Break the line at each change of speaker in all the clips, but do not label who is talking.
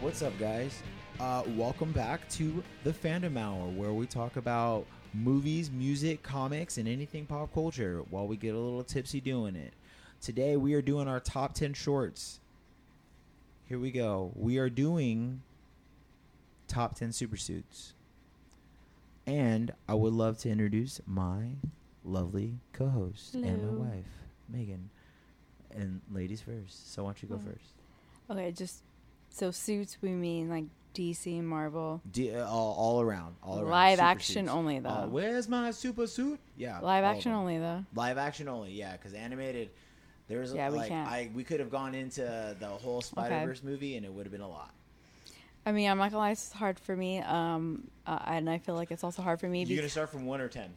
What's up, guys? Uh, welcome back to the Fandom Hour, where we talk about movies, music, comics, and anything pop culture while we get a little tipsy doing it. Today, we are doing our top 10 shorts. Here we go. We are doing top 10 supersuits. And I would love to introduce my lovely co host and my
Hello.
wife, Megan. And ladies first. So, why don't you go
Well,
first?
Okay, just so suits we mean like DC and Marvel.
D- uh, all, all around, all around.
Live
Super
action
suits.
only,
Uh,
though.
where's my super suit? Yeah,
Live
all of
action
them.
only though.
Live action only, yeah, because animated. There's
Yeah, we
like
can't.
I we could have gone into the whole Spider Verse movie and it would have been a lot.
I mean, I'm not gonna lie, it's hard for me. Um, uh, and I feel like it's also hard for me.
You're gonna
Because
start from one or ten.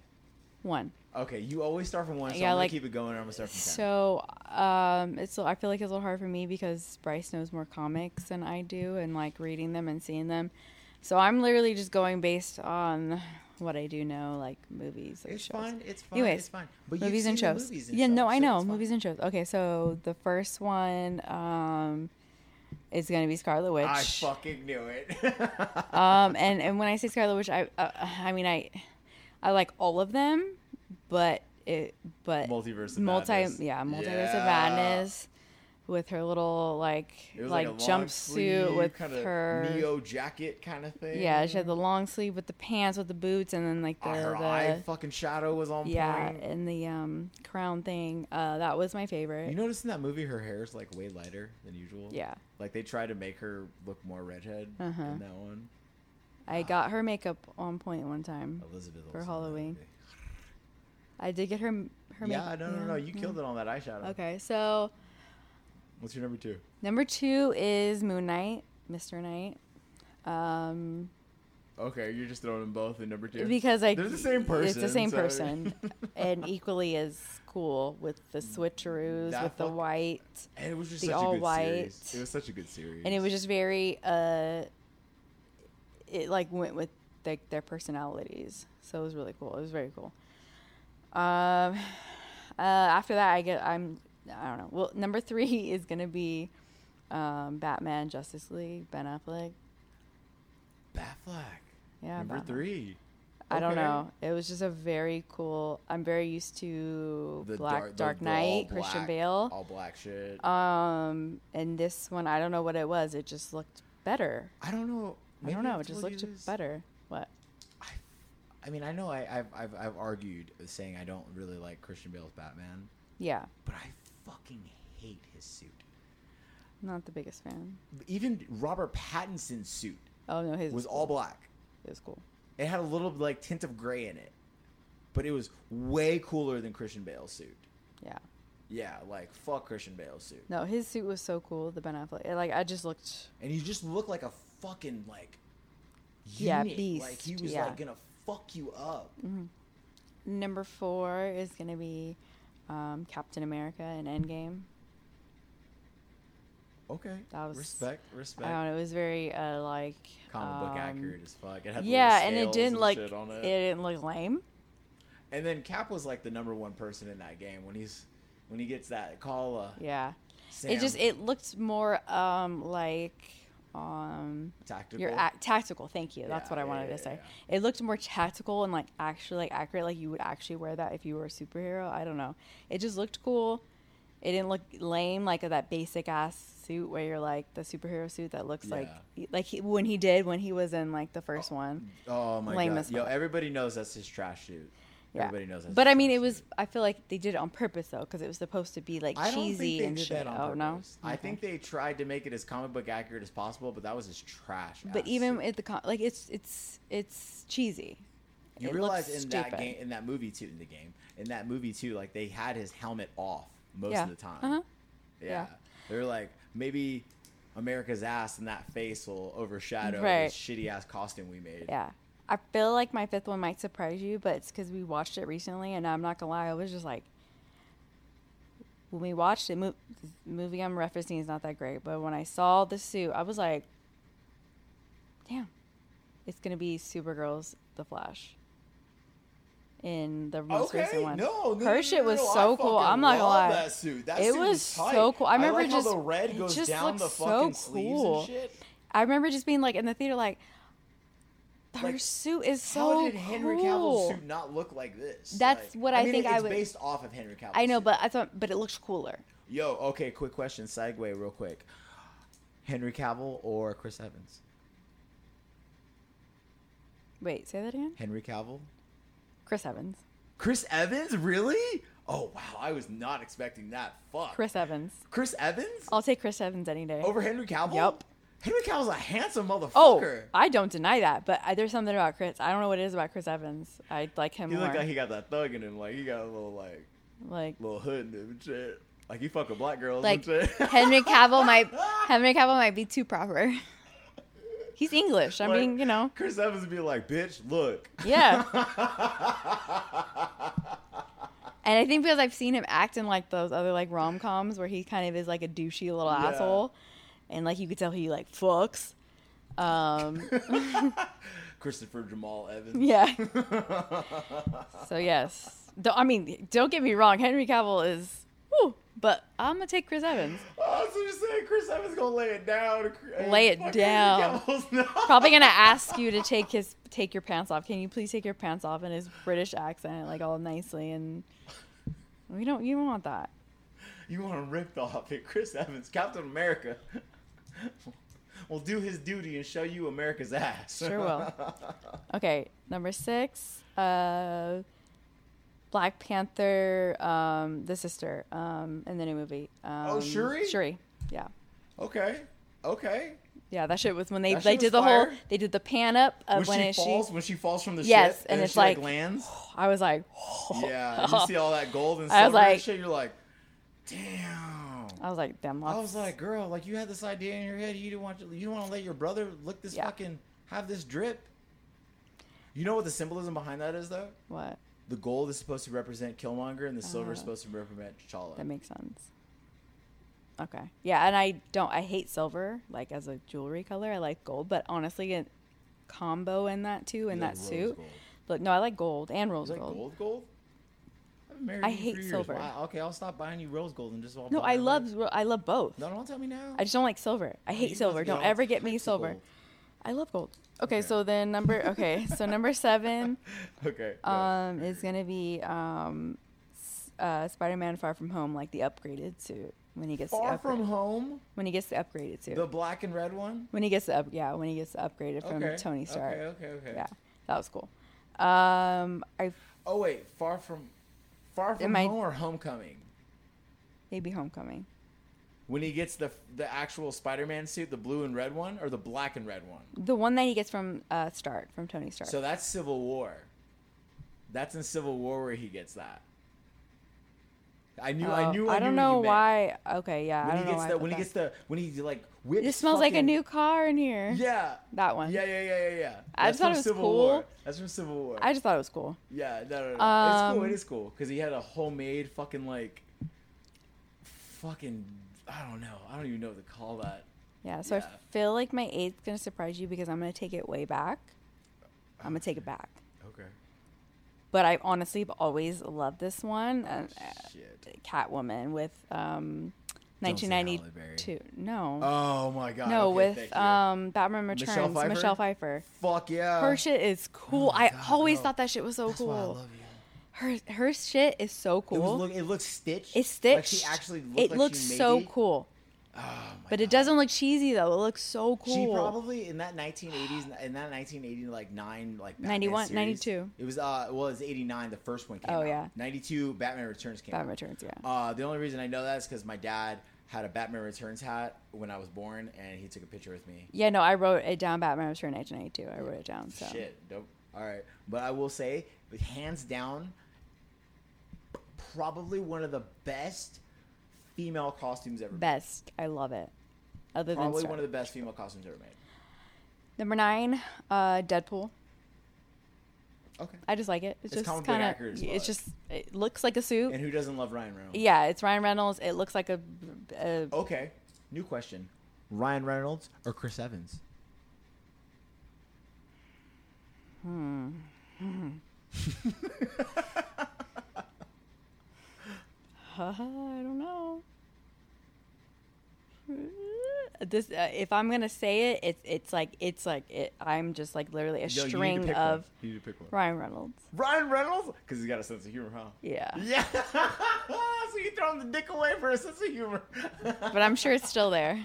one.
Okay, you always start from one, so
Yeah,
I'm gonna
like-
keep it going. and I'm gonna start from ten.
So, um, it's I feel like it's a little hard for me because Bryce knows more comics than I do, and like reading them and seeing them. So I'm literally just going based on what I do know, like movies. Like
it's
shows.
fine. It's fine.
Anyways,
it's fine. But you've
movies and
seen the
shows.
movies and
yeah, no,
stuff,
I
so
know
it's fine.
movies and shows. Okay, so the first one um, is gonna be Scarlet Witch.
I fucking knew it.
um, and and when I say Scarlet Witch, I uh, I mean I I like all of them, but it but
Multiverse of
multi
Madness.
yeah multiverse of
Yeah.
madness with her little like
It was
like,
a long
jumpsuit
sleeve
with
kinda
her
neo jacket kind of thing.
yeah she had the long sleeve with the pants with the boots and then like the,
Uh, her
the
eye fucking shadow was on
yeah
point.
and the um crown thing uh that was my favorite
You notice in that movie her hair is like way lighter than usual.
Yeah.
Like they try to make her look more redhead
Uh-huh.
in that one.
I got her makeup on point one time.
Elizabeth Olsen in
For
that
Halloween.
movie.
I did get her her
yeah,
makeup.
no, no, no. You killed it on that eyeshadow.
Okay, so
What's your number two?
number two is Moon Knight, Mr. Knight. Um,
Okay, you're just throwing them both in number two.
because I
They're the same person.
It's the same
so-
person, and equally as cool with the switcheroos,
That
with the
fuck-
white,
and it was just
the
such a
all
good
white-
series. It was such a good series.
and it was just very uh, it like went with like their personalities, so it was really cool. It was very cool. Um, uh, after that, I get I'm I don't know. Well, number three is gonna be um, Batman Justice League Ben Affleck.
Batflack.
Yeah,
number
Batman.
three.
I don't
Okay.
know. It was just a very cool. I'm very used to
The
Black
dark, the-
Dark
the all
Knight Christian
black-
Bale.
All black shit.
Um, and this one I don't know what it was. It just looked better.
I don't know.
I
maybe
don't know.
I've
It just
told you
looked
this.
better. What?
I, I mean, I know I, I've, I've, I've argued saying I don't really like Christian Bale's Batman,
Yeah,
but I fucking hate his suit.
not the biggest fan.
Even Robert Pattinson's suit
Oh no, his
was all black.
It was cool.
It had a little like tint of gray in it, but it was way cooler than Christian Bale's suit.
Yeah.
Yeah, like fuck Christian Bale's suit.
No, his suit was so cool. The Ben Affleck. It, like I just looked.
And he just looked like a fucking like
Yeah,
unit. Like he
beast,
was
yeah.
like gonna fuck you up.
Number four is gonna be um, Captain America in Endgame.
Okay,
That was-
respect,
I
respect.
don't know. It was very uh, like
Comic book
um,
accurate as fuck. It had the little
Yeah, and it
scales
didn't like
shit on
it didn't look lame.
And then Cap was like the number one person in that game when he's when he gets that call. Uh,
Yeah.
Sam,
It just it looked more um like um
tactical.
your a- tactical. Thank you.
Yeah,
That's what I
yeah,
wanted
yeah,
to say.
yeah.
It looked more tactical and like actually like accurate. Like you would actually wear that if you were a superhero. I don't know. It just looked cool. It didn't look lame like that basic ass suit where you're like the superhero suit that looks
Yeah.
like like he, when he did when he was in like the first one.
oh my
lame
god!
as
Yo,
fuck.
everybody knows that's his trash suit.
Yeah.
Everybody knows that's
But
his
I mean,
trash
it was.
suit.
I feel like they did it on purpose though, because it was supposed to be like
I don't
cheesy
think they
and
did
shit.
that on
oh no,
purpose. I
Okay.
think they tried to make it as comic book accurate as possible, but that was his trash.
But
ass
even
suit.
at the con- like, it's it's it's cheesy.
you
it
realize
looks
in that
stupid.
game, in that movie too, in the game, in that movie too, like they had his helmet off most
yeah.
of the time.
Uh-huh.
Yeah.
Yeah.
They're like, maybe America's ass and that face will overshadow
Right.
this shitty ass costume we made.
Yeah. I feel like my fifth one might surprise you, but it's because we watched it recently, and I'm not gonna lie, I was just like, when we watched it, mo- the movie I'm referencing is not that great, but when I saw the suit, I was like, damn, it's gonna be Supergirl's The Flash. In the most recent one, her shit was so cool. I'm not gonna lie, it was so cool. I remember
like
just
how the red
it
goes
just
down
looked
the
so
fucking sleeves
cool.
and shit.
I remember just being like in the theater, like, her
Like,
suit is so
How did Henry
cool.
Cavill's suit not look like this?
That's
Like,
what I
mean,
think
it-
I
it's
would-
based off of Henry Cavill's
I know,
suit.
but I thought, but it looks cooler.
Yo, okay, quick question, segue real quick. Henry Cavill or Chris Evans?
Wait, say that again.
Henry Cavill?
Chris Evans.
Chris Evans? Really? Oh wow, I was not expecting that. Fuck.
Chris Evans.
Chris Evans?
I'll take Chris Evans any day.
Over Henry Cavill?
Yup.
Henry Cavill's a handsome motherfucker.
oh, I don't deny that, but I, there's something about Chris. I don't know what it is about Chris Evans. I like him
he
more.
looked like he got that thug in him, like he got a little like
like
little hood in him and shit. Like he fucking black girls
like
and shit.
Henry Cavill might Henry Cavill might be too proper. He's English. I
Like,
mean, you know.
Chris Evans would be like, bitch, look.
Yeah. And I think because I've seen him act in like those other like rom coms where he kind of is like a douchey little
Yeah.
asshole, and like you could tell he like fucks. Um,
Christopher Jamal Evans.
yeah. so yes, do I mean, don't get me wrong. Henry Cavill is, whew, but I'm gonna take Chris Evans.
I was just Oh, saying, Chris Evans gonna lay it down. and cr- and
Lay it
fucking
down.
Cavill's not-
Probably gonna ask you to take his take your pants off. Can you please take your pants off in his British accent, like all nicely and. We don't. You don't want that.
You want him ripped off at Chris Evans, Captain America. will do his duty and show you America's ass.
Sure will. Okay, number six, uh, Black Panther, um, the sister, um, in the new movie. Um,
Oh, Shuri?
Shuri, yeah,
okay. Okay.
yeah. That shit was when they
That
they
shit
did the
was
whole
fire.
they did the pan up of
When,
Uh, when
she
it,
falls, when she falls from the
Yes,
ship,
and
then
it's
she, like,
like-
lands.
I was like,
Yeah, and you see all that gold and
I was
silver and
like-
shit. You're like, damn.
I was like, damn.
I
that's-
was like, girl, like you had this idea in your head. You didn't want to, you didn't want to let your brother look this
Yeah.
fucking have this drip. You know what the symbolism behind that is though?
what?
The gold is supposed to represent Killmonger, and the silver is
Oh.
supposed to represent T'Challa.
That makes sense. Okay, yeah, and I don't. I hate silver, like as a jewelry color. I like gold, but honestly, a combo in that too, in
You like
that
rose
suit.
gold.
But no, I like gold and
You
rose
like
gold.
gold, gold. I've been married
I
to you for
hate
years.
silver.
Why- Okay, I'll stop buying you rose gold and just. I'll
No,
buy
I
like-
love ro- I love both.
No, don't tell me now.
I just don't like silver. I
You
hate
must
silver.
be
Don't
all
ever get me
types of
silver.
gold.
I love gold. Okay,
Okay.
so then number okay, so number seven
Okay. yeah.
um is gonna be um s- uh Spider-Man Far From Home, like the upgraded suit when he gets the
Far
upgrade,
from home,
when he gets the upgraded suit
the black and red one.
when he gets the up yeah when he gets the upgraded from
okay.
Tony Stark.
Okay, okay, okay.
Yeah, that was cool. Um, I
Oh wait, far from, far from
Am I-
home or homecoming?
maybe Homecoming.
When he gets the the actual Spider-Man suit, the blue and red one, or the black and red one.
The one that he gets from uh Stark from Tony Stark.
So that's Civil War. That's in Civil War where he gets that. I knew. I
Oh,
knew. I,
I don't
knew what
know
you meant.
why. Okay, yeah.
When he
I don't know
gets
why I
the
put
when he
that.
gets the when he like whips.
It smells like a
fucking-
new car in here.
Yeah.
That one.
Yeah, yeah, yeah, yeah, yeah.
I
That's
just thought
from
it was
Civil
cool.
War. That's from Civil War.
I just thought it was cool.
Yeah, no, no, no. it's
Um,
cool. It is cool because he had a homemade fucking like, fucking. I don't know. I don't even know what to call that.
Yeah. So
Yeah.
I feel like my eight's gonna surprise you because I'm gonna take it way back. I'm gonna take it back.
Okay.
But I honestly have always loved this one, uh,
Oh, Shit.
Catwoman with um,
Don't say Halle Berry.
1992. No,
Oh my god.
uh, no,
okay, thank
with
you.
um, Batman Returns.
Michelle
Michelle
Pfeiffer?
Pfeiffer.
Fuck yeah.
Her shit is cool.
my
I
God,
always
no.
thought that shit was so
That's
cool.
why I love you.
her her shit is so cool.
It was look. It looks stitched.
it's
Like
stitched.
she actually looked
it
like
looks
she made
so
it.
cool.
Oh my
But it
God.
doesn't look cheesy though. It looks so cool.
She probably in that 1980s, in that 1980 like nine like Batman
91,
series,
92.
It was uh, well, it was 89. The first one came.
Oh,
out.
yeah.
92. Batman Returns came.
Batman
out.
Returns, yeah.
Uh, the only reason I know that is because my dad had a Batman Returns hat when I was born, and he took a picture with me.
Yeah, no, I wrote it down. Batman was turned 1992. I wrote it down. So
Shit, dope. All right, but I will say, hands down, probably one of the best female costumes ever. made.
best, I love it. Other than
Probably
Star-
one of the best female costumes ever made.
number nine, uh, Deadpool.
Okay.
I just like it. It's,
It's comic book
just kind of.
accurate as well.
It's just it looks like a suit.
And who doesn't love Ryan Reynolds?
yeah, it's Ryan Reynolds. It looks like a. a
Okay. New question. Ryan Reynolds or Chris Evans?
Hmm. Uh-huh, I don't know. this uh, if I'm gonna say it, it's it's like it's like it. I'm just like literally a
Yo, you need to
string
pick
of
one. You need to pick one.
Ryan Reynolds.
Ryan Reynolds? Because he's got a sense of humor, huh?
Yeah,
Yeah. so you throw him the dick away for a sense of humor.
but I'm sure it's still there.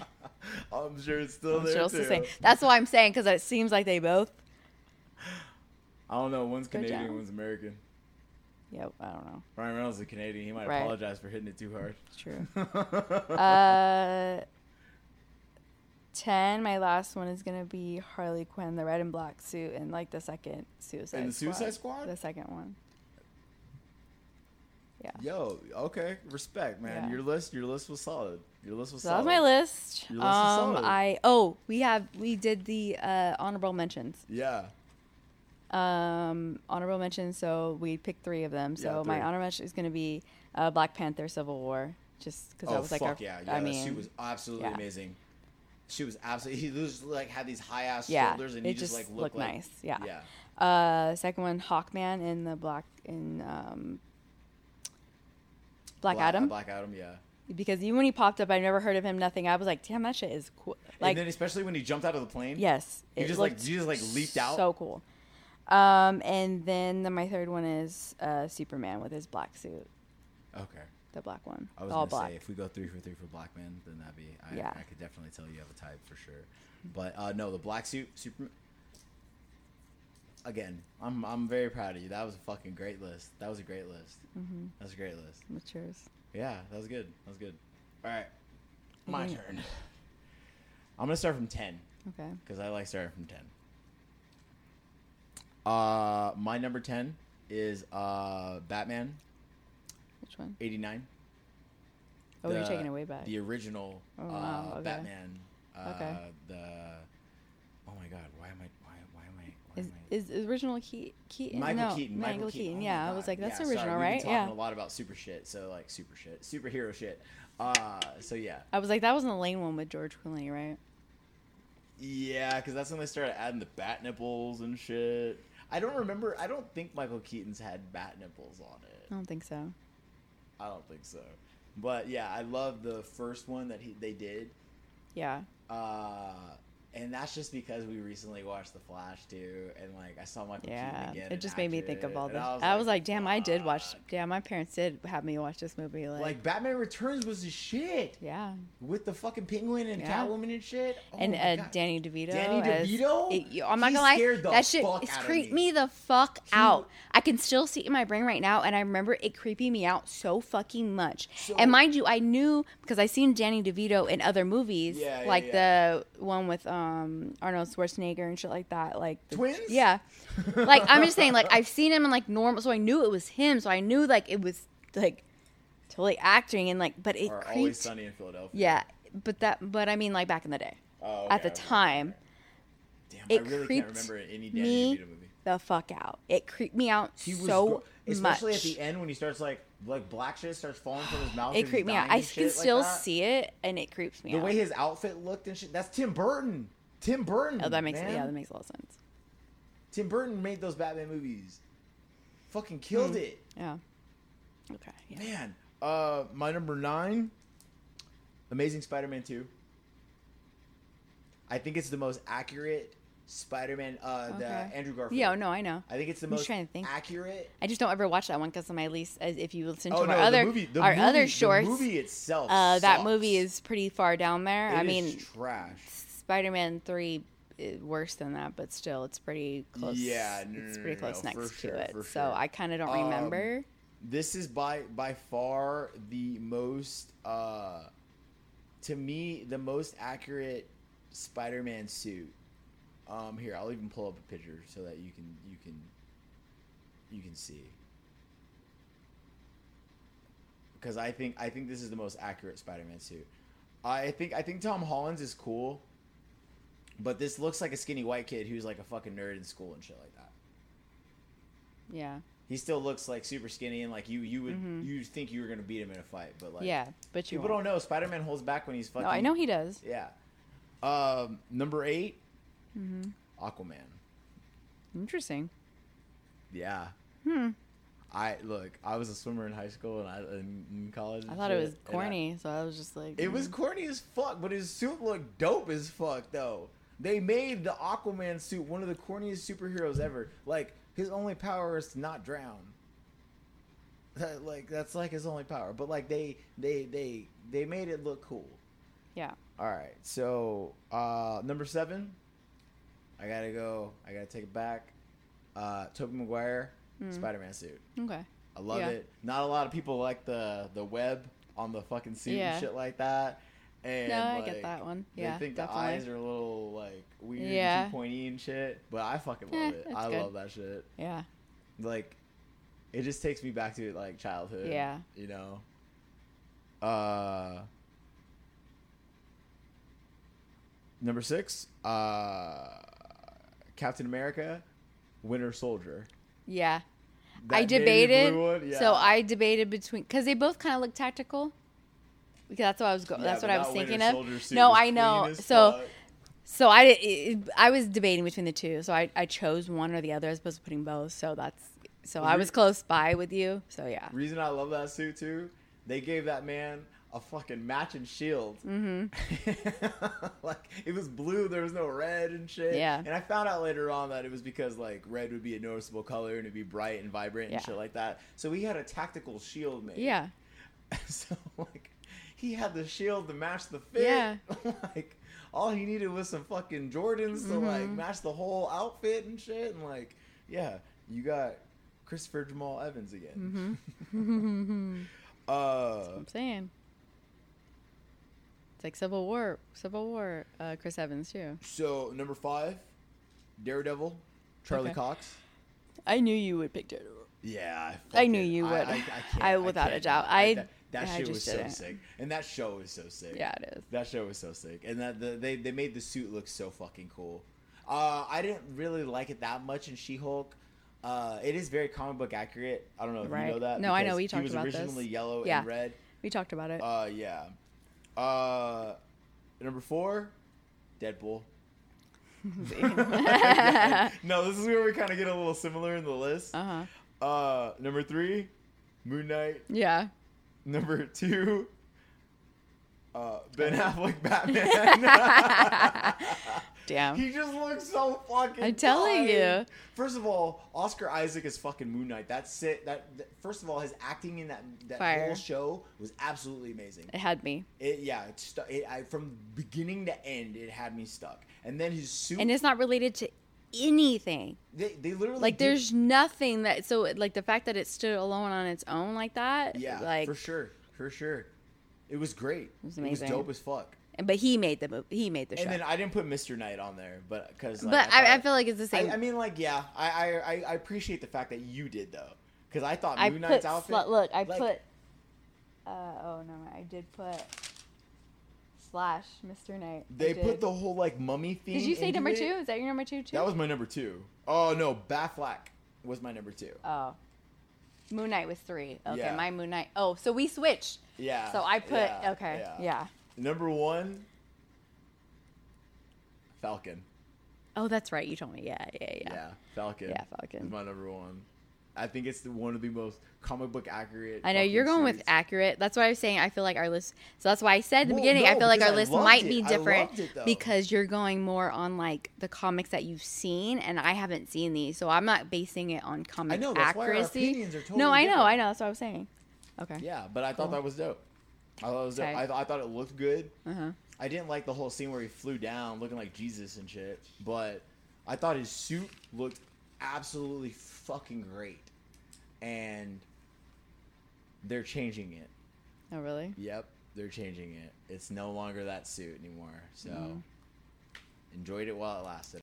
I'm sure it's still
I'm
there
sure it's
too.
the same. That's why I'm saying because it seems like they both.
I don't know. One's
Good
Canadian,
job.
one's American.
Yep, I don't know.
Ryan Reynolds is Canadian. He might
Right.
apologize for hitting it too hard.
It's true. Uh, ten. My last one is gonna be Harley Quinn, the red and black suit, and like the second Suicide.
And the Suicide Squad?
The second one. Yeah.
Yo, okay, respect, man.
Yeah.
Your list, your list was solid. Your list was
So that
solid.
was my list.
Your list is
um,
solid.
I oh we have we did the uh, honorable mentions.
Yeah,
Um, honorable mentions. So we picked three of them. So
Yeah,
my
three.
honorable mention is going to be uh, Black Panther: Civil War, just because that was like our,
Oh, yeah, yeah.
I
that
mean,
she was absolutely
yeah.
amazing. She was absolutely. He was like had these high ass
yeah,
shoulders, and
it
he just, like looked, like,
nice. Yeah.
Yeah,
Uh, second one, Hawkman in the Black in um, Black, Adam,
Black Adam, yeah.
because even when he popped up, I never heard of him. Nothing. I was like, damn, that shit is cool. Like
and then especially when he jumped out of the plane.
Yes.
You
it
just, like-
looked
you just, like, leaped out?
So cool. Um, and then the, my third one is uh, Superman with his black suit,
Okay.
the black one,
I was
all
gonna
black.
say if we go three for three for black men, then that'd be. I,
Yeah.
I could definitely tell you have a type for sure. But uh, no, the black suit Superman. Again, I'm I'm very proud of you. That was a fucking great list. That was a great list. Mm-hmm. That was a great list.
Matures.
Yeah, that was good. That was good. All right, my
Mhm.
turn. I'm gonna start from ten
Okay.
because I like starting from ten. Uh, my number ten is uh Batman
Which one?
'89.
Oh, you're taking it way back.
The original
Oh,
uh,
wow, okay.
Batman. Uh,
Okay.
The oh my god, why am I why why am I why
Is,
am I
is original Key, Keaton?
Michael
no,
Keaton.
Michael Keaton.
Oh my
yeah, I
God.
was like, that's
Yeah, sorry, we've
original,
been
right? Yeah.
talking a lot about super shit, so like super shit, superhero shit. Uh, so yeah,
I was like, that wasn't the lane one with George Clooney, right?
yeah, because that's when they started adding the bat nipples and shit. I don't remember. I don't think Michael Keaton's had bat nipples on it.
I don't think so.
I don't think so. But yeah, I love the first one that he, they did.
Yeah.
Uh, and that's just because we recently watched The Flash too, and like I saw Michael
Yeah.
Keaton again.
It
and
just made me think
acted,
of all
and
this. I was, like, damn, I did watch.
"Fuck."
Damn, my parents did have me watch this movie. Like,
Like Batman Returns was the shit
yeah.
with the fucking penguin and
Yeah.
Catwoman and shit. Oh
and
my
uh,
God.
Danny DeVito.
Danny
as-
DeVito?
it- you- I'm not
He
gonna lie,
scared the
that shit
fuck
it's
out of
creeped
me.
me the fuck out. I can still see it in my brain right now, and I remember it creeping me out so fucking much. and mind you, I knew because I seen Danny DeVito in other movies,
Yeah, yeah,
like
yeah.
the one with um Arnold Schwarzenegger and shit like that, like the-
Twins?
Yeah, like I'm just saying, like I've seen him in like normal, so I knew it was him. So I knew like it was like totally acting and like, but it
Or
creeped.
Always Sunny in Philadelphia.
Yeah, but that, but I mean, like back in the day
Oh,
at
okay,
the
okay.
time
Damn,
it
I really can't
creeped
remember any Danny
me
DeVito movie.
the fuck out. It creeped me out
He was
so
gr- especially
much.
at the end when he starts like like black shit starts falling from his mouth.
it
and he's
creeped me out.
dying
I
and
can
shit like
still
that.
see it, and it creeps me
the
out.
way his outfit looked and shit. That's Tim Burton. Tim Burton.
oh, that makes
man.
yeah, that makes a lot of sense.
Tim Burton made those Batman movies. Fucking killed
Hmm.
it.
Yeah. Okay. Yeah.
Man. Uh my number nine. Amazing Spider Man two. I think it's the most accurate Spider Man uh the
Okay.
Andrew Garfield.
Yeah. oh, No, I know.
I think it's the
I'm just
most
trying to think.
accurate.
I just don't ever watch that one because of my least. As if you listen to
Oh no,
our other
the movie the
our
movie,
other shorts,
The movie itself.
uh, that
sucks.
movie is pretty far down there.
It
I
is
mean,
trash.
Spider-Man three is worse than that, but still, it's pretty close.
Yeah, no,
it's
no,
pretty
no,
close
no,
next
for
to
sure,
it.
for
So
sure.
I kind of don't
Um,
remember.
this is by by far the most uh to me the most accurate spider-man suit um here i'll even pull up a picture so that you can you can you can see because i think i think this is the most accurate spider-man suit i think i think tom hollins is cool but this looks like a skinny white kid who's like a fucking nerd in school and shit like that
Yeah.
he still looks like super skinny and like you you would you think you were gonna beat him in a fight, but like
Mm-hmm. yeah, but you
people
won't.
don't know Spider Man holds back when he's fucking.
No, Oh, I know he does.
Yeah. Um, number 8
Mm-hmm.
Aquaman.
Interesting. Hmm.
Yeah. I look. I was a swimmer in high school and I in, in college.
I
and
thought it
shit,
was
and I-
corny, so I was just like,
it was
mm.
corny as fuck, but his suit looked dope as fuck though. They made the Aquaman suit one of the corniest superheroes ever. Like his only power is to not drown. That, like that's like his only power. But like they they they they made it look cool.
yeah.
All right, so uh, number seven, I gotta go. I gotta take it back. Uh, Tobey Maguire,
Hmm.
Spider-Man suit.
mm, Okay.
I love
Yeah.
it. Not a lot of people like the the web on the fucking suit
Yeah.
and shit like that. And
No, I
like,
get that one.
They
Yeah,
think
definitely.
the eyes are a little like weird,
Yeah.
and too pointy and shit. But I fucking love
Eh,
it.
it's
I
good.
love that shit.
Yeah.
Like, it just takes me back to like childhood.
Yeah.
you know. Uh. Number six, uh, Captain America, Winter Soldier.
Yeah. I
That navy
debated.
blue one, yeah.
So I debated between because they both kind of look tactical. Because that's what I was. Go-
Yeah,
that's
but
what I was
that Winter
thinking of.
Soldier suit
No,
was
I know.
clean as
So,
fuck.
so I it- it- I was debating between the two. So I I chose one or the other as opposed to putting both. So that's so I
You're-
was close by with you. So yeah.
reason I love that suit too, they gave that man a fucking matching shield. Mm-hmm. like it was blue, there was no red and shit.
Yeah.
And I found out later on that it was because like red would be a noticeable color and it'd be bright and vibrant and
Yeah.
shit like that. So he had a tactical shield made.
Yeah.
so like he had the shield to match the fit.
Yeah.
like all he needed was some fucking Jordans to like
Mm-hmm.
match the whole outfit and shit. And like, yeah, you got Christopher Jamal Evans again.
Mm-hmm.
uh
I'm saying. It's like Civil War, Civil War, uh, Chris Evans too.
so number five, Daredevil, Charlie
Okay.
Cox.
I knew you would pick Daredevil.
Yeah, I,
I knew
fucking-
you would.
can't-
I- without a
can't
doubt.
not. Like,
I-
that, that
yeah, I
shit
just
was so
didn't.
sick, and that show was so sick.
Yeah, it is.
That show was so sick, and that the, they they made the suit look so fucking cool. Uh, I didn't really like it that much in She Hulk. Uh, it is very comic book accurate. I don't know if you know
Right.
that.
No, I
because
know. We
he
talked
was
about this.
originally yellow
Yeah.
and red.
We talked about it.
Uh, yeah. Uh, number four, Deadpool. no, this is where we kind of get a little similar in the list.
Uh huh.
Uh, number three, Moon Knight.
Yeah.
Number two, uh, Ben Affleck Batman.
Damn.
he just looks so fucking.
I'm telling
tired.
you.
First of all, Oscar Isaac is fucking Moon Knight. That's it. That, that- first of all, his acting in that that
Fire. Eh.
whole show was absolutely amazing.
It had me.
It, yeah, it stu- it, I, from beginning to end, it had me stuck. And then his suit,
And it's not related to anything.
they, they literally
Like
did-
there's nothing that so like the fact that it stood alone on its own like that.
yeah,
Like
for sure, for sure, it was great. It
was
It
amazing.
was dope as fuck.
but he made the move. He made the show.
And then I didn't put Mr. Knight on there, but because like,
but I, I
thought-
feel like it's the same.
I, I mean, like, yeah, I, I I- I appreciate the fact that you did though, because I thought
I
Moon Knight's
put
outfit.
slut. Look, I
like-
put. Uh, oh no, I did put slash Mr. Knight. I
they put
did.
the whole like mummy theme.
Did you say
into
number
it.
two? Is that your number two too?
That was my number two. Oh no, Batflack was my number two.
Oh. Moon Knight was three. Okay,
Yeah.
my Moon Knight. Oh, so we switched.
Yeah.
So I put.
yeah,
okay. Yeah.
Number one, Falcon.
Oh, that's right. You told me. Yeah. Yeah. Yeah.
Yeah, Falcon.
Yeah, Falcon.
is my number one. I think it's the, one of the most comic book accurate.
I know you're
fucking
going with
series.
accurate. That's why I was saying I feel like our list. So that's why I said at the
Well,
beginning
no,
I feel like
because
our
I
list
loved
might
it.
be
I
different
loved it, though.
because you're going more on like the comics that you've seen, and I haven't seen these, so I'm not basing it on comic
know, that's why our
accuracy.
opinions are totally
no, I know.
different.
I know. That's what I was saying. Okay.
Yeah, but I thought
Cool.
that was dope. I thought it was dope.
Okay.
I, I thought it looked good.
Uh huh.
I didn't like the whole scene where he flew down looking like Jesus and shit, but I thought his suit looked absolutely fucking great. And they're changing it.
Oh really?
Yep, they're
Mm-hmm.
changing it. It's no longer that suit anymore. So enjoyed it while it lasted.